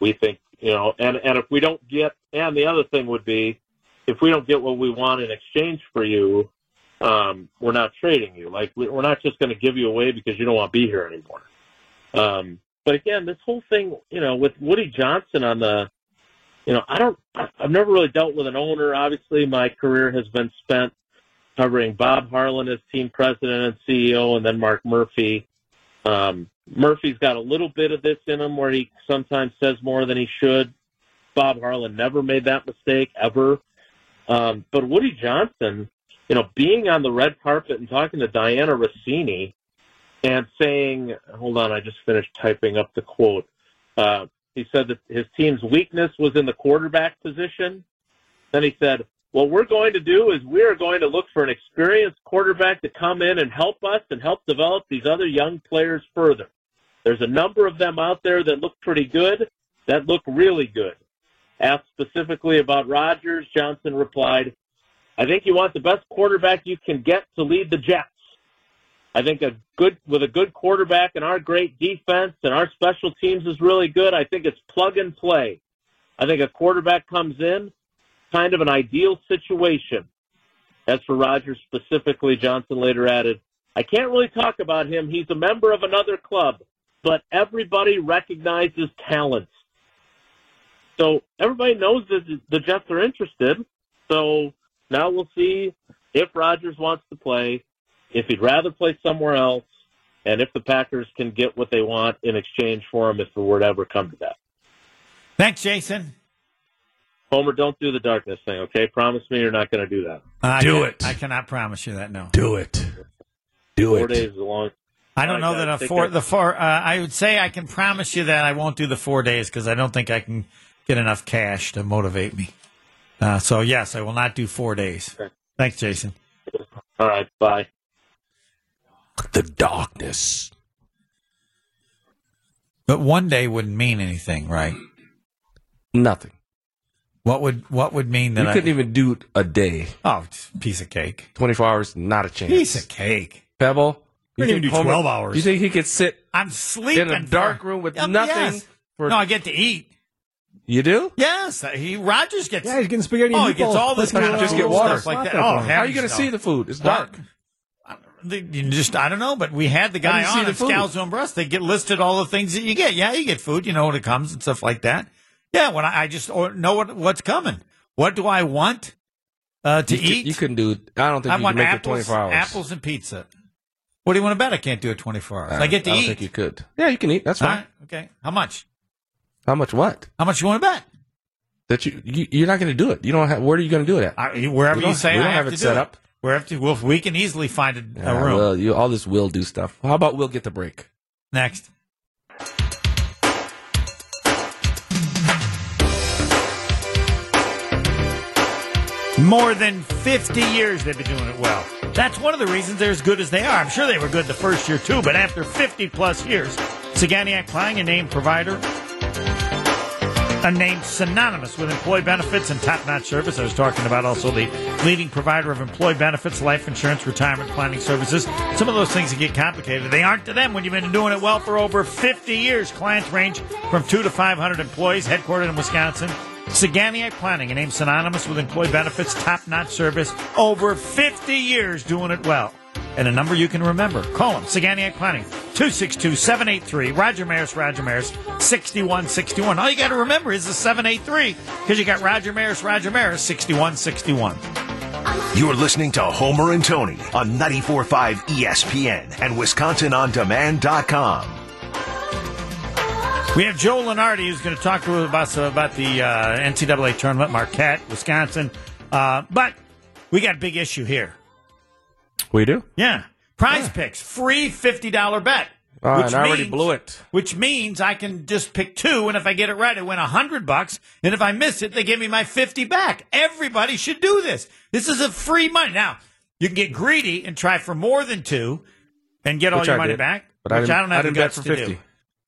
We think you know, and and if we don't get, and the other thing would be, if we don't get what we want in exchange for you, um, we're not trading you. Like we- we're not just going to give you away because you don't want to be here anymore. Um, but again, this whole thing, you know, with Woody Johnson on the, you know, I don't, I- I've never really dealt with an owner. Obviously, my career has been spent covering Bob Harlan as team president and CEO, and then Mark Murphy. Um, Murphy's got a little bit of this in him where he sometimes says more than he should. Bob Harlan never made that mistake ever. Um, but Woody Johnson, you know, being on the red carpet and talking to Diana Rossini and saying, hold on, I just finished typing up the quote. Uh, he said that his team's weakness was in the quarterback position. Then he said, what we're going to do is we are going to look for an experienced quarterback to come in and help us and help develop these other young players further. There's a number of them out there that look pretty good, that look really good. Asked specifically about Rodgers, Johnson replied, I think you want the best quarterback you can get to lead the Jets. I think a good with a good quarterback and our great defense and our special teams is really good. I think it's plug and play. I think a quarterback comes in, kind of an ideal situation. As for Rogers specifically, Johnson later added, I can't really talk about him. He's a member of another club, but everybody recognizes talent. So everybody knows that the Jets are interested. So now we'll see if Rogers wants to play, if he'd rather play somewhere else, and if the Packers can get what they want in exchange for him if the word ever come to that. Thanks, Jason. Homer, don't do the darkness thing, okay? Promise me you're not going to do that. I Do can- it. I cannot promise you that. No, Do it. Do Four it. days is a long. I don't know Okay, that a take four. care. The four. Uh, I would say I can promise you that I won't do the four days because I don't think I can get enough cash to motivate me. Uh, so yes, I will not do four days. Thanks, Jason. All right, bye. The darkness. But one day wouldn't mean anything, right? Nothing. What would what would mean that you I couldn't even do a day. Oh, just piece of cake. 24 hours, not a chance. Piece of cake. Pebble. You Couldn't even think do 12 hours. You think he could sit? I'm sleeping In a for- dark room with Um, nothing yes. for- no, I get to eat. You do? Yes, he Rogers gets. Yeah, he's getting spaghetti. oh, and he gets meatballs. all this Fucking kind of Just cool get water. stuff like that. Slap Oh, on him. How are you going heavens, to see no. the food? It's What? dark. The- You just, I don't know, but we had the guy How do you see on the at food? Scouts on Breast. They get listed all the things that you get. Yeah, you get food. You know when it comes and stuff like that. Yeah, when I, I just or know what what's coming. What do I want uh, to You could- eat? you couldn't do. I don't think I you want could make apples, it 24 hours. apples and pizza. What do you want to bet? I can't do it 24 hours. I, get to I don't eat. think you could. Yeah, you can eat. That's All fine. right, okay. How much? How much? What? How much you want to bet? That you, you you're not going to do it. You don't have. Where are you going to do it at? I, wherever We you don't- say we I don't have, have to it do set up. Wherever to, well, we can easily find a, a Yeah, room. well, you all this will do stuff. How about we'll get the break? Next. More than 50 years they've been doing it well. That's one of the reasons they're as good as they are. I'm sure they were good the first year too, but after 50 plus years, Saganiac Plying, a name provider, a name synonymous with employee benefits and top notch service. I was talking about also the leading provider of employee benefits, life insurance, retirement planning services. Some of those things that get complicated, they aren't to them when you've been doing it well for over 50 years. Clients range from two to 500 employees, headquartered in Wisconsin. Saganiac Planning, a name synonymous with employee benefits, top notch service, over 50 years doing it well and a number you can remember. Call them. Saganiac Planning, 262 783. Roger Maris, Roger Maris, 6161. All you got to remember is the 783 because you got Roger Maris, Roger Maris, 6161. You're listening to Homer and Tony on 94.5 ESPN and WisconsinOnDemand.com. We have Joe Lenardi who's going to talk to us about the uh, NCAA tournament, Marquette, Wisconsin. Uh, but we got a big issue here. We do. Yeah. Prize picks, free $50 bet. All right, Ah, I already blew it. Which means I can just pick two, and if I get it right, I win a hundred bucks. And if I miss it, they give me my fifty back. Everybody should do this. This is a free money. Now you can get greedy and try for more than two, and get all Which your I money did, back. but I which didn't- I don't have I didn't the bet guts for to 50. do.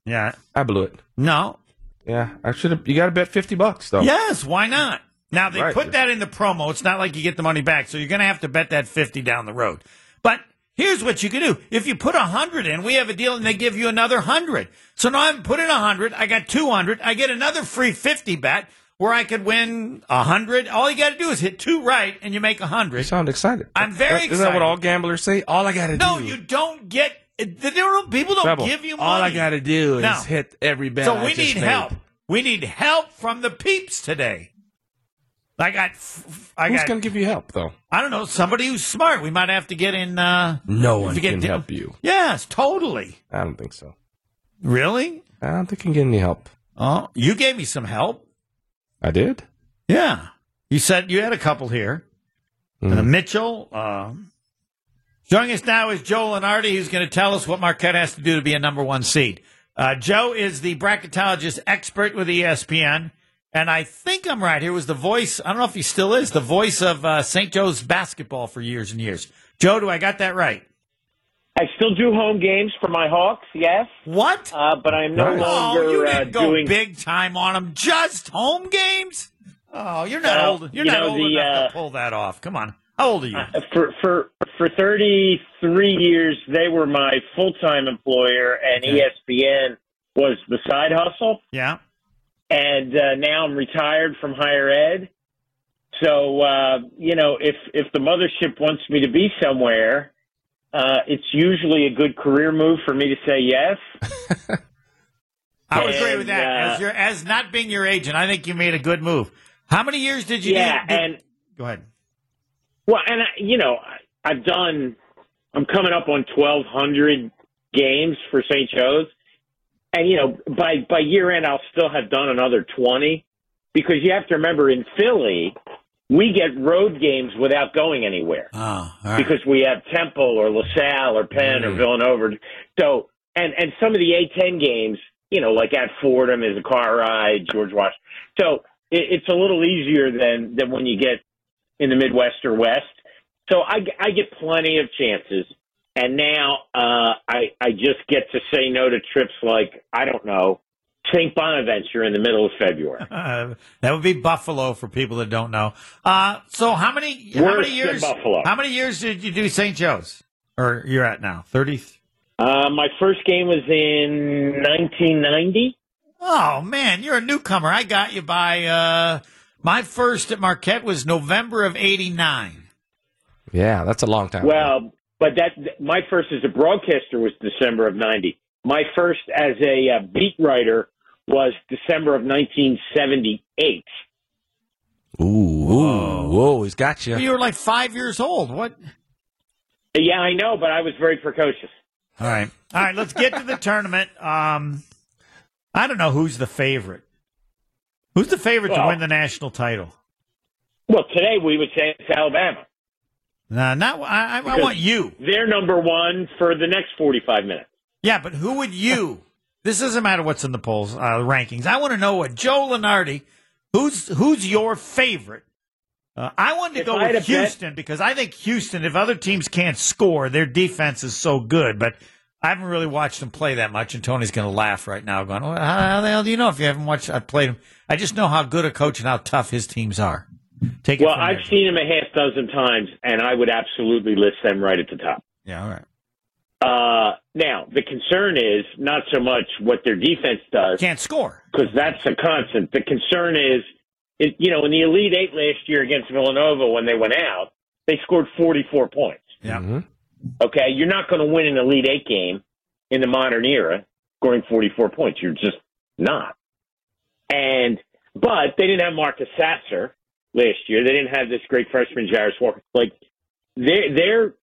Yeah, I blew it. no, Yeah, I should have. You got to bet fifty bucks though. Yes, why not? Now they Right. put that in the promo. It's not like you get the money back, so you're going to have to bet that fifty down the road. But here's what you can do: if you put a hundred in, we have a deal, and they give you another hundred. So now I'm put in a hundred. I got two hundred. I get another free fifty bet where I could win a hundred. All you got to do is hit two right, and you make a You hundred. sound excited. I'm very Is that excited. what all gamblers say? All I got to No, do. you don't get. They don't, people don't Rebel, give you money. All I got to do is No. hit every bet. So I we just need made. help. We need help from the peeps today. I got. f- f- I Who's got. gonna give you help though? I don't know. Somebody who's smart. We might have to get in. Uh, No one you get can the- help you. yes, totally. I don't think so. Really? I don't think you can get any help. Oh, you gave me some help. I did. Yeah. You said you had a couple here. Uh, Mitchell. Um, joining us now is Joe Lenardi, who's going to tell us what Marquette has to do to be a number one seed. Uh, Joe is the bracketologist expert with E ESPN. And I think I'm right. Here was the voice. I don't know if he still is the voice of uh, St. Joe's basketball for years and years. Joe, do I got that right? I still do home games for my Hawks, yes, What? uh, but I'm no Nice. longer oh, you uh, didn't go doing. big time on them. Just home games. Oh, you're not Well, old. You're you not know, old the, enough uh, to pull that off. Come on. How old are you? for for for 33 years they were my full-time employer and E Okay. ESPN was the side hustle yeah. and uh, now I'm retired from higher ed so uh, you know if if the mothership wants me to be somewhere uh, it's usually a good career move for me to say yes I would agree with that. And, uh, as your as not being your agent, I think you made a good move. How many years did you? yeah do, did- and go ahead. Well, and I, you know, I, I've done. I'm coming up on 1,200 games for St. Joe's, and you know, by by year end, I'll still have done another 20 because you have to remember in Philly, we get road games without going anywhere Oh, all right. Mm. because we have Temple or LaSalle or Penn or Villanova. So, and, and some of the A10 games, you know, like at Fordham is a car ride, George Washington. So it, it's a little easier than, than when you get in the Midwest or West. So I, g- I get plenty of chances. And now, uh, I, I just get to say no to trips like, I don't know, St. Bonaventure in the middle of February. Uh, that would be Buffalo for people that don't know. Uh, so how many? how Worse many than years? Buffalo. How many years did you do St. Joe's? Or you're at now thirty? Uh, my first game was in 1990. Oh man, you're a newcomer. I got you by uh my first at Marquette was November of eighty nine. Yeah, that's a long time. Well, but that my first as a broadcaster was December of '90. My first as a uh, beat writer was December of 1978. Ooh, ooh, whoa, he's got you. You were like five years old. What Yeah, I know, but I was very precocious. all right. All right, let's get to the tournament. Um I don't know who's the favorite. Who's the favorite to Well- win the national title? Well, today we would say it's Alabama. No, not I, I, I want you. They're number one for the next 45 minutes. Yeah, but who would you? this doesn't matter what's in the polls, uh, rankings. I want to know what Joe Lenardi, who's who's your favorite Uh, I wanted to If go I had with a bet- Houston because I think Houston, if other teams can't score, their defense is so good. But I haven't really watched them play that much, and Tony's going to laugh right now, going, well, how, "How the hell do you know if you haven't watched? I played him. I just know how good a coach and how tough his teams are." Take it Well, from I've there. seen him a half dozen times, and I would absolutely list them right at the top. yeah, all right. Uh, now, the concern is not so much what their defense does, Can't score. because that's a constant. The concern is, it, you know, in the Elite Eight last year against Villanova when they went out, they scored 44 points. Yeah. Mm-hmm. Okay, you're not going to win an Elite Eight game in the modern era scoring 44 points. You're just not. And but they didn't have Marcus Sasser last year. They didn't have this great freshman Jairus Walker. Like they're they're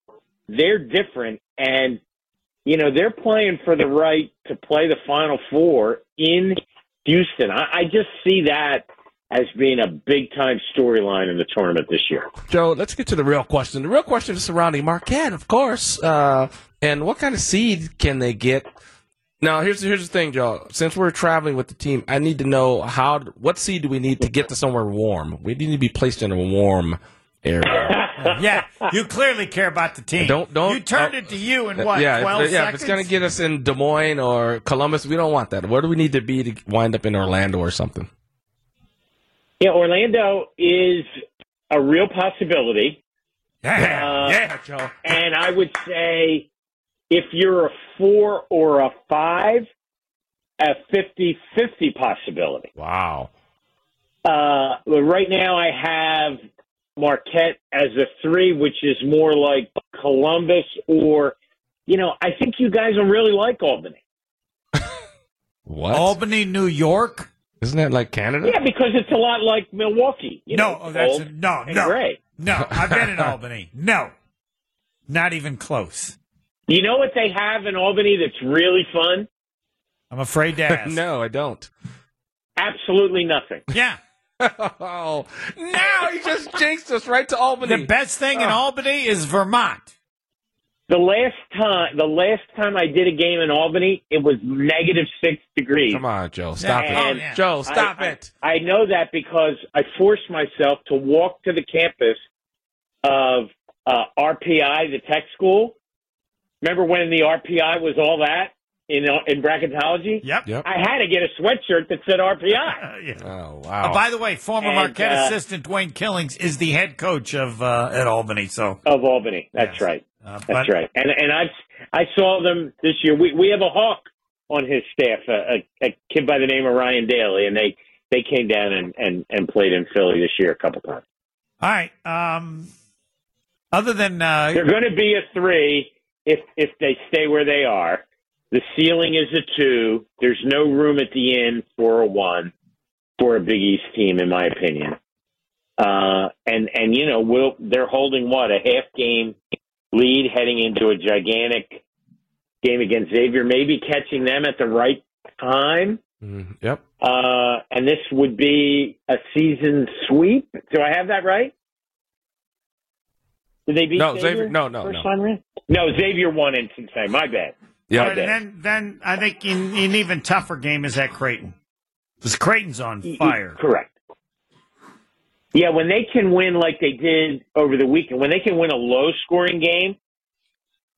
they're different, and you know they're playing for the right to play the Final Four in Houston. I, I just see that as being a big time storyline in the tournament this year. Joe, let's get to the real question. The real question is surrounding Marquette, of course, uh, and what kind of seed can they get? Now, here's here's the thing, Joe. Since we're traveling with the team, I need to know how what seed do we need to get to somewhere warm? We need to be placed in a warm area. Yeah, you clearly care about the team. Don't- don't- You turned uh, it to you in what? yeah, if- Twelve yeah. seconds. If it's gonna get us in Des Moines or Columbus, we don't want that. Where do we need to be to wind up in Orlando or something? Yeah, Orlando is a real possibility. yeah, uh, yeah, Joe. And I would say if you're a four or a five, a 50 50 possibility. Wow. Uh, but right now I have Marquette as a three, which is more like Columbus or, you know, I think you guys will really like Albany. What? Albany, New York. Isn't that like Canada? Yeah, because it's a lot like Milwaukee. You no, know, oh, that's cold no, and no, gray. no. I've been in Albany. No, not even close. You know what they have in Albany that's really fun? I'm afraid to ask. no, I don't. Absolutely nothing. Yeah, oh, now he just jinxed us right to Albany. the best thing Oh. in Albany is Vermont. The last time, the last time I did a game in Albany, it was negative six degrees. Come on, Joe. Stop Yeah. it. Oh, yeah. Joe, stop I, it. I, I know that because I forced myself to walk to the campus of uh, RPI, the tech school. Remember when the RPI was all that in uh, in bracketology? Yep. Yep. I had to get a sweatshirt that said RPI. Uh, yeah. Oh, Uh, wow. by the way, former And, Marquette uh, assistant Dwayne Killings is the head coach of uh, at Albany. So, Of Albany, that's Yes. right. uh, but That's right. And and I I saw them this year. We we have a hawk on his staff, a, a, a kid by the name of Ryan Daly, and they they came down and and and played in Philly this year a couple times. All right. Um, other than uh, They're going to be a three if if they stay where they are. The ceiling is a two. There's no room at the end for a one for a Big East team, in my opinion. Uh, and and you know, will they're holding what a half game lead heading into a gigantic game against Xavier, maybe catching them at the right time. Mm, yep. Uh, and this would be a season sweep. Do I have that right? Did they beat No, Xavier? Xavier- no, no, first no. time around? No, Xavier won in Cincinnati. My bad. all Yep. right, then, then I think in, an even tougher game is at Creighton. Because Creighton's on fire. Correct. Yeah, when they can win like they did over the weekend, when they can win a low scoring game,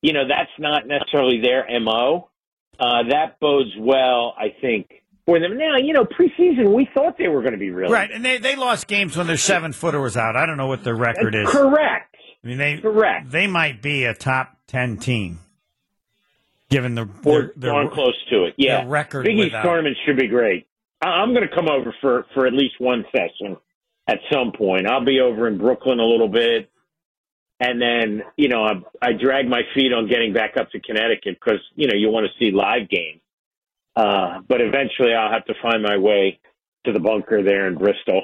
you know, that's not necessarily their MO. Uh, that bodes well, I think, for them. Now, you know, preseason, we thought they were going to be really Right, and they, they lost games when their seven footer was out. I don't know what their record is. I Correct. mean, they Correct. they might be a top ten team, given the Or their, their- darn close to it. Yeah, their record Big East without- tournament should be great. I- I'm going to come over for for at least one session at some point. I'll be over in Brooklyn a little bit, and then you know I, I drag my feet on getting back up to Connecticut because you know you want to see live games. Uh, but eventually, I'll have to find my way to the bunker there in Bristol.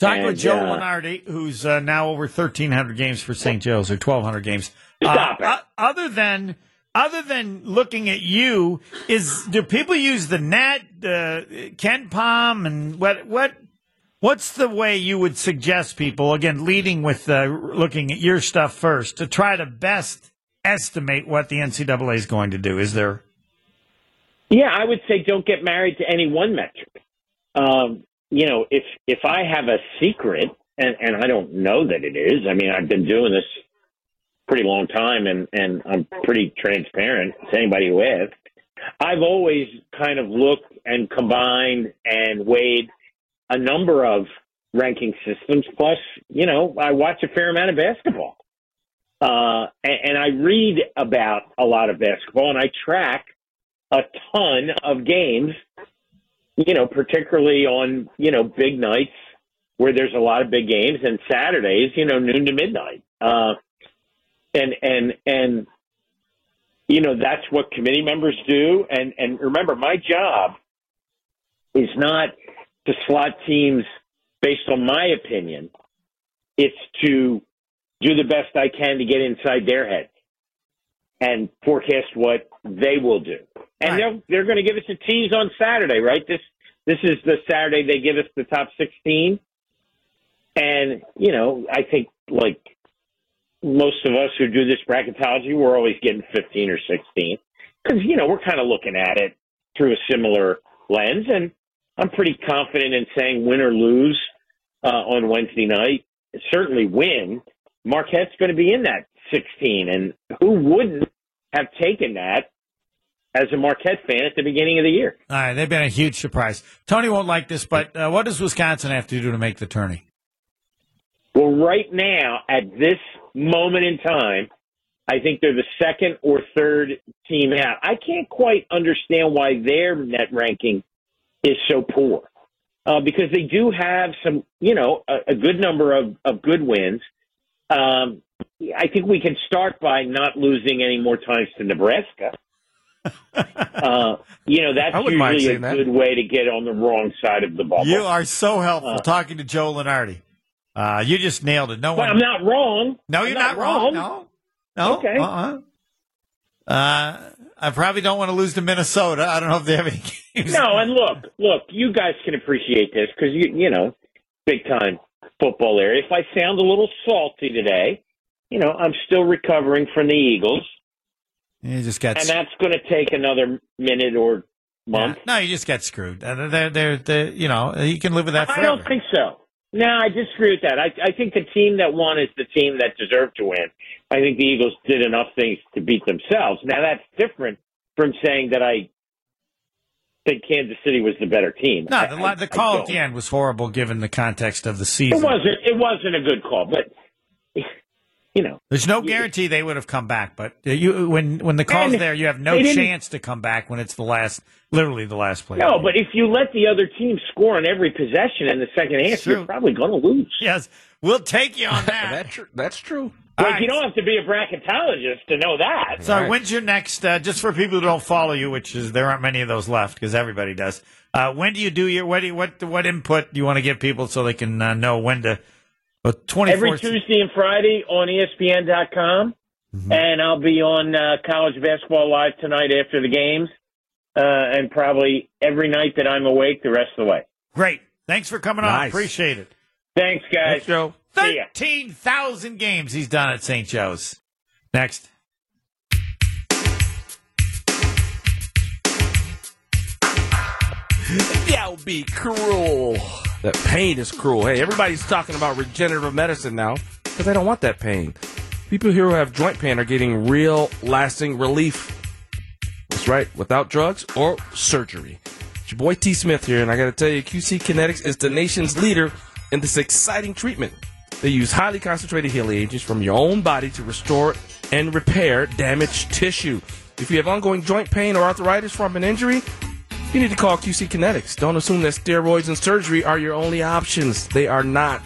Talking with And, Joe uh, Lenardi, who's uh, now over thirteen hundred games for St. Joe's or twelve hundred games. Stop uh, it. o- other than other than looking at you, is do people use the net, uh, Ken Palm, and what what what's the way you would suggest people again leading with uh, looking at your stuff first to try to best estimate what the NCAA is going to do? Is there Yeah, I would say don't get married to any one metric. Um, you know, if if I have a secret and and I don't know that it is. I mean, I've been doing this pretty long time, and and I'm pretty transparent to anybody who asks. I've always kind of looked and combined and weighed a number of ranking systems. Plus, you know, I watch a fair amount of basketball, uh, and, and I read about a lot of basketball, and I track a ton of games. You know, particularly on you know big nights where there's a lot of big games, and Saturdays, you know, noon to midnight. Uh, and and and you know that's what committee members do and and remember my job is not to slot teams based on my opinion it's to do the best i can to get inside their head and forecast what they will do and they'll, they're going to give us a tease on saturday right this this is the saturday they give us the top 16 and you know i think like most of us who do this bracketology, we're always getting 15 or 16 because, you know, we're kind of looking at it through a similar lens. And I'm pretty confident in saying win or lose uh, on Wednesday night, certainly win. Marquette's going to be in that 16. And who wouldn't have taken that as a Marquette fan at the beginning of the year? All right, they've been a huge surprise. Tony won't like this, but uh, what does Wisconsin have to do to make the tourney? Well, right now, at this moment in time, I think they're the second or third team out. I can't quite understand why their net ranking is so poor uh, because they do have some, you know, a, a good number of, of good wins. Um, I think we can start by not losing any more times to Nebraska. uh, you know, that's I wouldn't mind usually a seeing that. good way to get on the wrong side of the bubble. You are so helpful Uh. talking to Joe Lenardi. Uh, you just nailed it. No but one. I'm not wrong. no, I'm you're not, wrong. No. No. Okay. Uh-uh. Uh, I probably don't want to lose to Minnesota. I don't know if they have any games. No, and look, look, you guys can appreciate this because you you know, big time football area. If I sound a little salty today, you know, I'm still recovering from the Eagles, You just got. and that's going to take another minute or month. No, you just got screwed. Uh, They're, they're, they're, you know, you can live with that I forever. don't think so. No, I disagree with that. I, I think the team that won is the team that deserved to win. I think the Eagles did enough things to beat themselves. Now that's different from saying that I think Kansas City was the better team. no, I- the, I- li- the I call at don't. the end was horrible given the context of the It season. wasn't. It wasn't a good call, but you know, There's no guarantee they would have come back, but you when when the call's And there, you have no they didn't- chance to come back when it's the last, literally the last play. no. But if you let the other team score on every possession in the second half, True. you're probably going to lose. yes, we'll take you on that. That's true. That's true. All Like right. you don't have to be a bracketologist to know that. So when's your next? Uh, just for people who don't follow you, which is there aren't many of those left because everybody does. Uh, when do you do your what? Do you, what what input do you want to give people so they can uh, know when to? Twenty every Tuesday and Friday on E ESPN.com, and I'll be on uh, College Basketball Live tonight after the games, uh, and probably every night that I'm awake the rest of the way. Great. Thanks for coming on. Nice. Appreciate it. Thanks, guys. Joe. See ya. Thirteen thousand games he's done at St. Joe's. Next. That would be cruel. That pain is cruel. Hey, everybody's talking about regenerative medicine now because they don't want that pain. People here who have joint pain are getting real, lasting relief. That's right, without drugs or surgery. It's your boy T. Smith here, and I got to tell you, QC Kinetics is the nation's leader in this exciting treatment. They use highly concentrated healing agents from your own body to restore and repair damaged tissue. If you have ongoing joint pain or arthritis from an injury, you need to call QC Kinetics. Don't assume that steroids and surgery are your only options. They are not.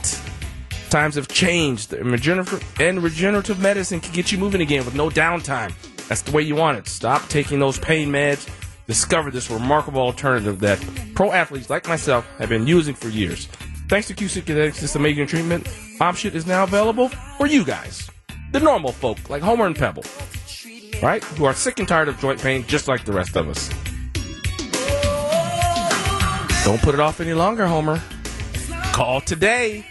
Times have changed, and regenerative, and regenerative medicine can get you moving again with no downtime. That's the way you want it. Stop taking those pain meds. Discover this remarkable alternative that pro athletes like myself have been using for years. Thanks to QC Kinetics, this amazing treatment option is now available for you guys, the normal folk like Homer and Pebble, right? Who are sick and tired of joint pain just like the rest of us. Don't put it off any longer, Homer. Call today.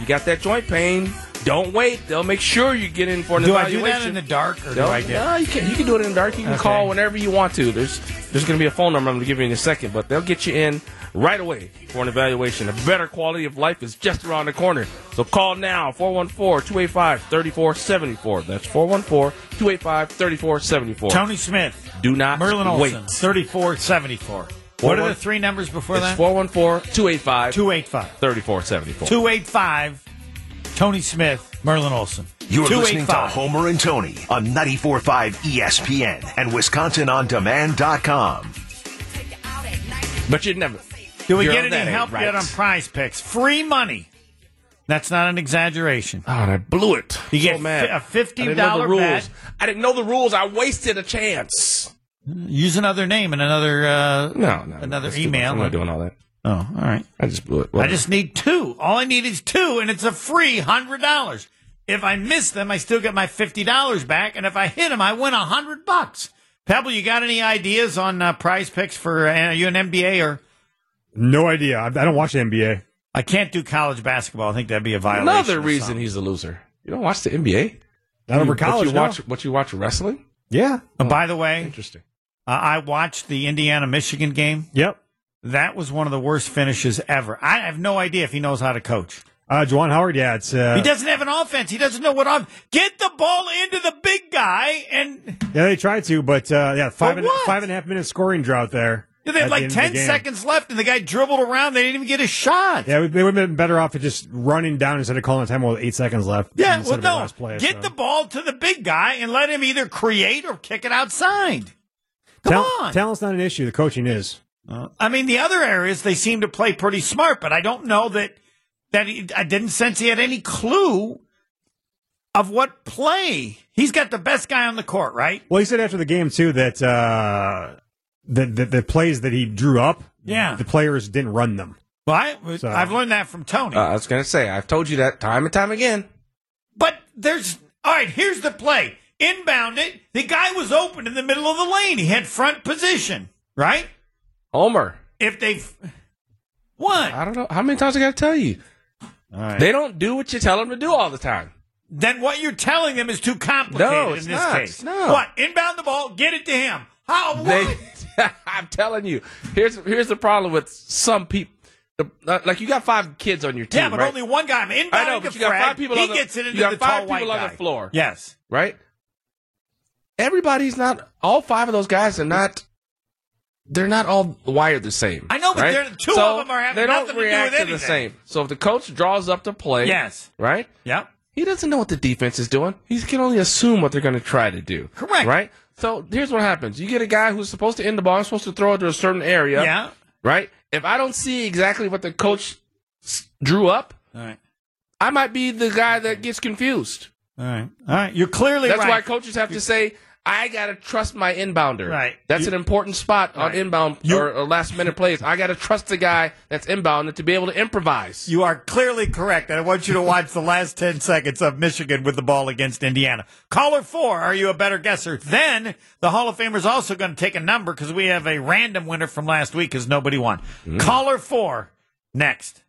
You got that joint pain. Don't wait. They'll make sure you get in for an Do I do evaluation. that in the dark or do No, I get? no, you can you can do it in the dark. You can Okay. call whenever you want to. There's there's gonna be a phone number I'm gonna give you in a second, but they'll get you in right away for an evaluation. A better quality of life is just around the corner. So call now 414-285-3474. That's 414-285-3474. Tony Smith, do not Merlin wait. Olson, thirty-four seventy-four. What are one- the three numbers before It's that? 414-285-3474. 285. 285. Tony Smith, Merlin Olson. You're listening to 285. Homer and Tony on 94.5 ESPN and WisconsinOnDemand.com. But you never. Do we you're get on that any end, help right? yet on prize picks? Free money. That's not an exaggeration. Oh, and I blew it. You So get mad. fi- a I fifteen didn't know the dollar rules. bet. I didn't know the rules. I wasted a chance. Use another name and another. Uh, No, no. Another that's too much. email. I'm not doing all that. oh, all right. I just blew it. I just need two. All I need is two, and it's a free hundred dollars. If I miss them, I still get my fifty dollars back, and if I hit them, I win a hundred bucks. Pebble, you got any ideas on uh, prize picks for? Uh, are you an MBA or? No idea. I, I don't watch the NBA. I can't do college basketball. I think that'd be a violation. another or reason something. he's a loser. You don't watch the NBA. Not over college. But you no. watch. But you watch wrestling. Yeah. And Uh, by the way, Interesting. uh, I watched the Indiana Michigan game. Yep. That was one of the worst finishes ever. I have no idea if he knows how to coach. Uh, Juwan Howard. Yeah, it's uh, He doesn't have an offense. He doesn't know what off. Get the ball into the big guy, and yeah they tried to, but uh, yeah, five But and, what? five and a half minute scoring drought there. they at had the like end of the ten game. seconds left, and the guy dribbled around. They didn't even get a shot. Yeah, we- they would have been better off at just running down instead of calling a time with eight seconds left. Yeah, instead well, of the no. last play, Get so. the ball to the big guy and let him either create or kick it outside. Come Tal- on. Uh, Talent's not an issue. The coaching is. I mean, the other areas they seem to play pretty smart, but I don't know that that he, I didn't sense he had any clue of what play. He's got the best guy on the court, right? Well, he said after the game too that uh, that the, the plays that he drew up, Yeah. the players didn't run them. Well, I, So- I've learned that from Tony. Uh, I was gonna say. I've told you that time and time again. but there's all right. Here's the play: inbound it. The guy was open in the middle of the lane. He had front position, right? Homer. If they what? I don't know how many times I gotta tell you. They don't do what you tell them to do all the time. then what you're telling them is too complicated No, in it's this not. case. It's not. What? Inbound the ball, get it to him. How? What? They, I'm telling you. Here's here's the problem with some people. Like you got five kids on your team, yeah, but right? only one guy. I'm inbounding I know, but to you got Fred. five people He on the- gets it into you got the five tall white people on the guy. floor. Yes. right? Everybody's not all five of those guys are not. They're not all wired the same. I know, but right? they're- two So of them are having they don't nothing to do react with the anything. same. So if the coach draws up the play, Yes. right? Yep. He doesn't know what the defense is doing. He can only assume what they're going to try to do. Correct. Right. So here's what happens: you get a guy who's supposed to end the ball, and supposed to throw it to a certain area. Yeah. Right. If I don't see exactly what the coach s- drew up, All right. I might be the guy that gets confused. All right. All right. You're clearly That's why right. coaches have to say, I gotta trust my inbounder. Right. That's an important spot on Right. inbound or, or last minute plays. I gotta trust the guy that's inbounded to be able to improvise. you are clearly correct. And I want you to watch the last 10 seconds of Michigan with the ball against Indiana. Caller four, are you a better guesser? Then the Hall of Famer is also going to take a number because we have a random winner from last week because nobody won. Caller four, next.